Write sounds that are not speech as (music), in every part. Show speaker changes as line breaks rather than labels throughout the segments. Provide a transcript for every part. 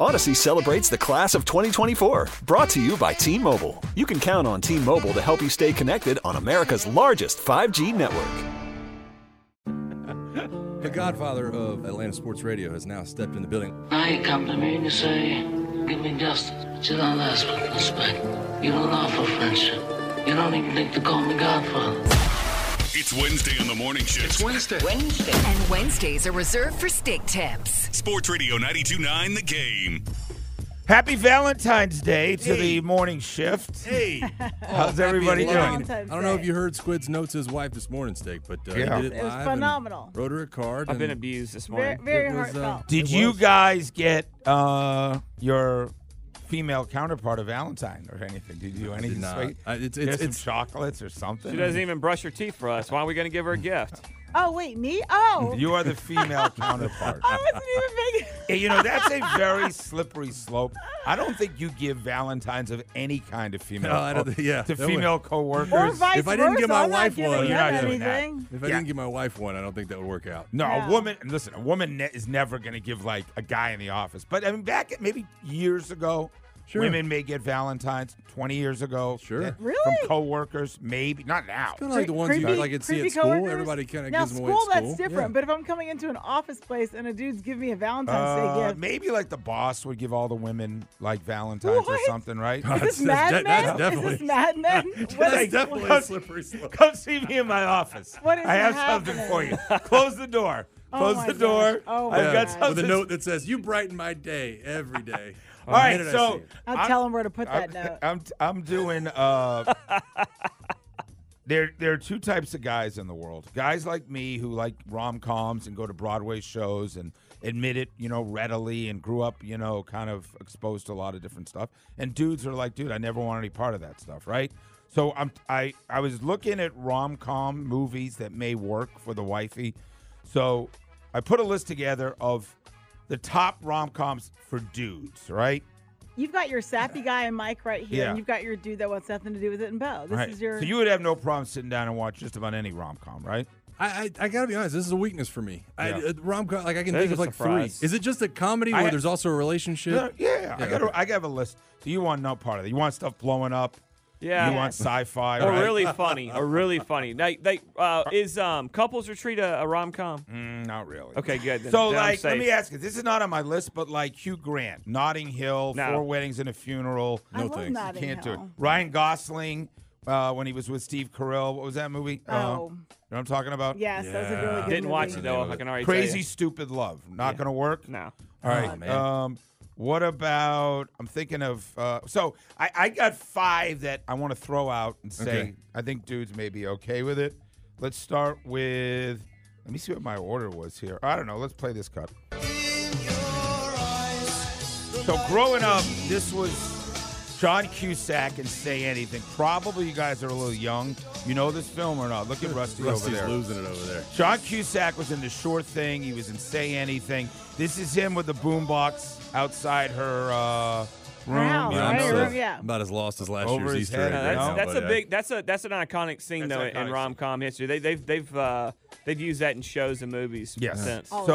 Odyssey celebrates the class of 2024, brought to you by T Mobile. You can count on T Mobile to help you stay connected on America's largest 5G network.
the godfather of Atlanta Sports Radio has now stepped in the building.
I ain't come to me to say, give me justice, but you don't ask for respect. You don't offer friendship. You don't even think to call me godfather.
It's Wednesday on the morning shift.
It's Wednesday. Wednesday.
And Wednesdays are reserved for steak tips.
Sports Radio 929 The Game.
Happy Valentine's Day to hey. the morning shift.
Hey. oh,
How's everybody doing? Valentine's
I don't know if you heard Squid's note to his wife this morning, Steak, but uh, yeah.
it, it was phenomenal.
Wrote her a card.
I've been abused this morning.
Very, very was, heartfelt. Uh,
did you guys get uh, your female counterpart of Valentine or anything. Did you do anything
no,
sweet?
I, it's, it's,
it's chocolates or something.
She doesn't even brush her teeth for us. Why are we going to give her a gift?
Oh wait, me? Oh,
you are
(laughs)
the female counterpart.
I wasn't
(laughs)
even making.
you know that's a very slippery slope. I don't think you give valentines of any kind of female. No, co- think, yeah, to female would. coworkers.
Or vice
if I didn't
versa,
give my I'm wife one,
you're
not
doing anything.
that. If I yeah. didn't give my wife one, I don't think that would work out.
No, yeah. a woman. Listen, a woman ne- is never going to give like a guy in the office. But I mean, back at maybe years ago, Sure. Women may get Valentines 20 years ago.
Sure. Yeah,
really?
From coworkers, maybe. Not now.
It's kind of like the ones
creepy,
you like at see at school.
Coworkers?
Everybody kind of
now,
gives them
school,
away at school.
that's different. Yeah. But if I'm coming into an office place and a dude's giving me a Valentine's uh, Day gift.
Maybe like the boss would give all the women like Valentines what? or something, right?
(laughs)
Is this Mad Men? That's definitely,
Is this Mad Men? (laughs) that's
like,
definitely a slippery slope.
(laughs) Come see me in my office.
What is I
have
happening?
something for you. Close the door. Close
(laughs) oh
the door.
Oh
I've got something.
With a note that says, You brighten my day
(laughs)
every day.
All right, so
I'll I'm, tell him where to put that
(laughs) I'm,
note.
I'm I'm doing. Uh, there there are two types of guys in the world. Guys like me who like rom coms and go to Broadway shows and admit it, you know, readily and grew up, you know, kind of exposed to a lot of different stuff. And dudes are like, dude, I never want any part of that stuff, right? So I'm I I was looking at rom com movies that may work for the wifey. So I put a list together of the top rom coms for dudes, right?
You've got your sappy guy and Mike right here, yeah. and you've got your dude that wants nothing to do with it and Bo. This
right.
is your.
So you would have no problem sitting down and watch just about any rom com, right?
I, I, I, gotta be honest. This is a weakness for me. Yeah. I, rom com, like I can There's think of like surprise. three. Is it just a comedy I, where there's also a relationship?
No, yeah, yeah, I got okay. I got a list. So you want no part of that? You want stuff blowing up?
Yeah,
you want sci-fi?
Or
right?
really funny? Or really funny? Now, they, uh, is um, couples retreat a, a rom com?
Mm, not really.
Okay, good.
so, like, let me ask you. This is not on my list, but like Hugh Grant, Notting Hill, no. Four Weddings and a Funeral.
I
no
thanks.
You can't
Hill.
do it. Ryan Gosling. Uh, when he was with Steve Carell, what was that movie?
Oh, uh, you know
what I'm talking about?
Yes, yeah. that's a really good
Didn't
movie.
watch it though. I can already
Crazy Stupid Love. Not yeah. gonna work.
No.
All right. Oh, um, what about? I'm thinking of. Uh, so I, I got five that I want to throw out and say
Okay.
I think dudes may be okay with it. Let's start with. Let me see what my order was here. I don't know. Let's play this cut. So growing up, this was John Cusack and Say Anything. Probably you guys are a little young. You know this film or not? Look at Rusty
Rusty's
over there.
losing it over there.
John Cusack was in The Short Thing. He was in Say Anything. This is him with the boombox outside her uh, room.
Wow,
Yeah, I'm
Oh, right,
so-
room, yeah.
About as lost as last
Over
year's
his
Easter egg.
head,
No,
right
that's
now,
that's
but,
a
uh,
big that's a that's an iconic scene
That's
though
iconic
in
scene.
rom com history. They they've they've uh, they've used that in shows and movies
Yes.
since.
Oh.
So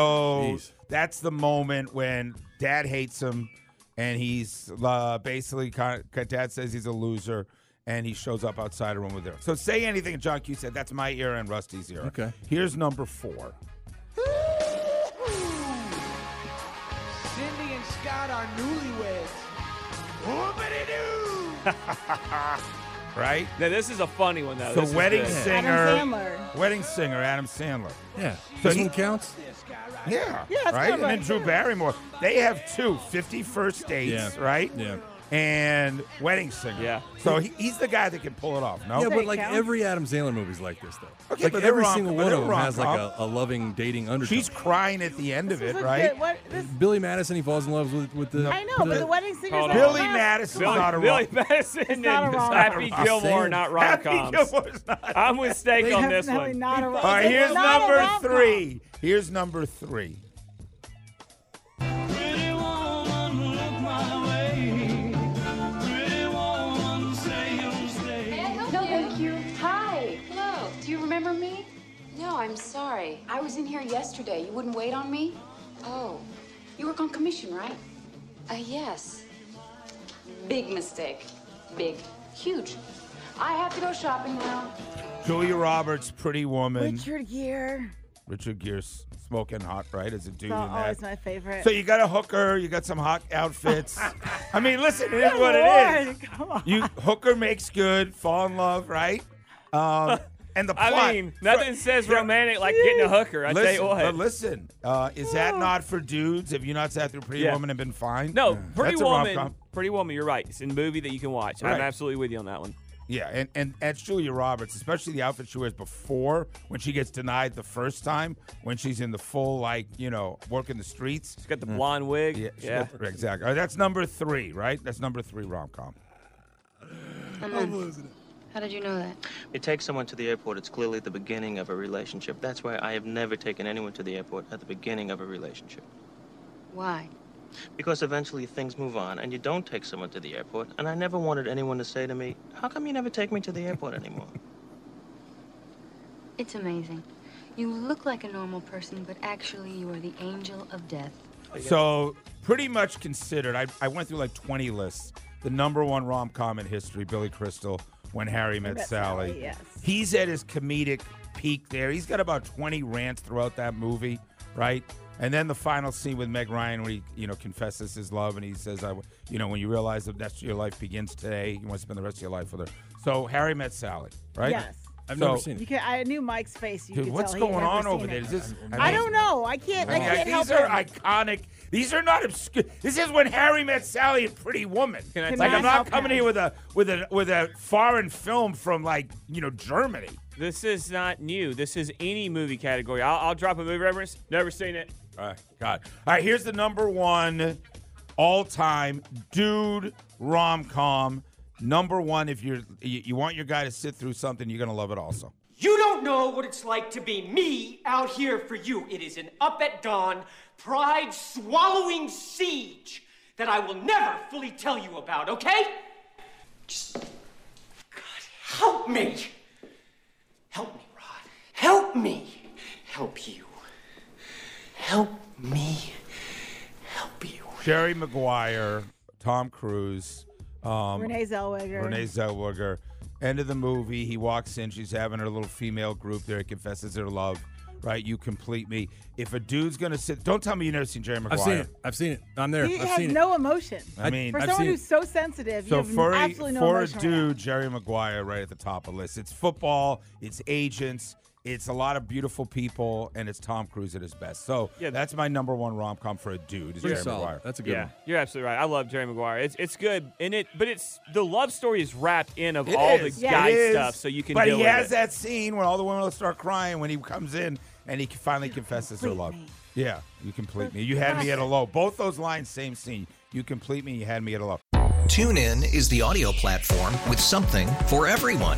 Jeez.
that's the moment when dad hates him and he's uh, basically kind of, dad says he's a loser and he shows up outside a room with her. So say anything, John Q said. That's my era and Rusty's era.
Okay.
Here's number four.
Cindy and Scott are newlyweds. Whoopity-doo!
(laughs) Right?
Now this is a funny one though.
The
Oh, This is
wedding
good.
singer.
Adam Sandler.
Wedding singer, Adam Sandler.
yeah.
So
this
he-
one counts.
Yeah.
Yeah, it's
right?
kinda
And then
like-
Drew Barrymore. They have two 50 first dates,
Yeah.
right?
Yeah.
and Wedding Singer. Yeah. So he, he's the guy that can pull it off. No.
Yeah, but like every Adam Sandler movie's like this though.
Okay,
like
but they're
every
rom-
single
but
one
they're
of them has like a,
rom-com.
a loving dating undertone.
She's crying at the end of it,
was
right?
good. What- this-
Billy Madison, he falls in love with, with the.
I know, but the wedding singer's
Hold
not
on.
a
Billy
rom-
Madison
Come on.
is not a rom- Billy
Madison
It's not a
and
rom-
Happy
I'm
Gilmore,
saying.
not
Happy
rom-coms. (laughs) I'm with Steak
They
on
have
this
definitely
one.
not a
All right,
It's
here's
not a
number
rom-com.
three. Here's number three.
No, thank you. Hi. Hello. Do you remember me? No, I'm sorry. I was in here yesterday. You wouldn't wait on me? Oh. You work on commission, right? Uh, yes. Big mistake. Big. Huge. I have to go shopping now.
Julia Roberts, Pretty Woman.
Richard Gere.
Richard Gere's smoking hot, right? As a
It's
dude in
always
that.
my favorite.
So you got a hooker, you got some hot
(laughs)
outfits. I mean, listen, it is
Good
what it is.
Lord, Come on.
You hooker makes good, fall in love, right?
(laughs)
Um, and the plot.
I mean, nothing says romantic like getting a hooker. I "Oh,
listen,
tell you what.
But listen, uh, is that not for dudes? Have you not sat through Pretty
Yeah.
Woman and been fine?
No, Pretty
That's a
Woman.
rom-com.
Pretty Woman, you're right. It's a movie that you can watch.
Right.
I'm absolutely with you on that one.
Yeah, and, and that's Julia Roberts, especially the outfit she wears before when she gets denied the first time, when she's in the full, like, you know, working the streets. She's
got the blonde wig.
Mm. Yeah, she's
Yeah.
got- right, exactly. All right, that's number three, right? That's number three rom com.
How did you know that?
It takes someone to the airport. It's clearly the beginning of a relationship. That's why I have never taken anyone to the airport at the beginning of a relationship.
Why?
Because eventually things move on and you don't take someone to the airport. And I never wanted anyone to say to me, How come you never take me to the airport anymore?
It's amazing. You look like a normal person, but actually you are the angel of death.
So, pretty much considered, I, I went through like 20 lists. The number one rom com in history, Billy Crystal, When Harry Met,
Met
Sally.
Sally, yes.
He's at his comedic peak there. He's got about 20 rants throughout that movie, right? And then the final scene with Meg Ryan, where he, you know, confesses his love, and he says, "I, w- you know, when you realize that that's your life begins today, you want to spend the rest of your life with her." So Harry met Sally, right?
Yes.
So-
You can, I knew Mike's face. You
Dude,
could
what's
tell he'd
going
never
on over
seen
there?
it.
Is this?
I don't know. I can't. I
I mean,
can't help
these are
it.
iconic. These are not obscure. This is when Harry met Sally and Pretty Woman.
I
Like
tell you
I'm not
something?
coming here with a with a with a foreign film from like you know Germany.
This is not new. This is any movie category. I'll, I'll drop a movie reference. Never seen it.
All right, God. All right, here's the number one all time dude rom com. Number one, if you're you, you want your guy to sit through something, you're gonna love it also.
You don't know what it's like to be me out here for you. It is an up at dawn, pride swallowing siege that I will never fully tell you about, okay? Just, God, help me. Help me, Rod. Help me. Help you. Help me.
Jerry Maguire, Tom Cruise, um,
Renee Zellweger.
Renee Zellweger. End of the movie, he walks in. She's having her little female group there. Confesses her love. Right, you complete me. If a dude's gonna sit, don't tell me you've never seen Jerry Maguire.
I've seen it. I've seen it. I'm there.
He
I've
has
seen it.
no emotion.
I mean,
for
I've
someone
seen
who's so sensitive, you
So
have
for a,
absolutely no
for a
emotion. right now.
dude, Jerry Maguire right at the top of the list. It's football, it's agents, it's a lot of beautiful people, and it's Tom Cruise at his best. So that's my number one rom com for a dude. Is
Pretty
Jerry
solid.
Maguire.
That's a
yeah, you're absolutely right. I love Jerry Maguire. It's it's good, and it but it's the love story is wrapped in of
It
all
is.
the guy
It is.
stuff, so you can.
But
deal
he
with
has
it.
that scene where all the women will start crying when he comes in and he finally confesses her love. Yeah, you complete me. You had me at a low. Both those lines, same scene. You complete me. You had me at a low.
TuneIn is the audio platform with something for everyone.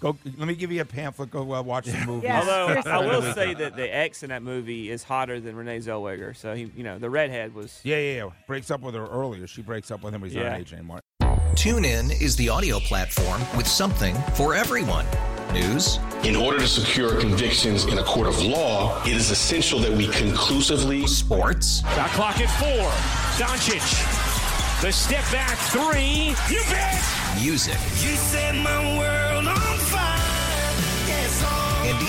Go. Let me give you a pamphlet. Go uh, watch the movie.
Although I will say that the ex in that movie is hotter than Renee Zellweger, so he, you know, the redhead was.
Yeah, yeah, yeah. Breaks up with her earlier. She breaks up with him. when He's not
Yeah.
an agent anymore.
TuneIn is the audio platform with something for everyone. News,
In order to secure convictions in a court of law, it is essential that we conclusively
sports,
The clock at four. Doncic. The step back three. You bet.
Music.
You set my world on fire. Yes, oh.
and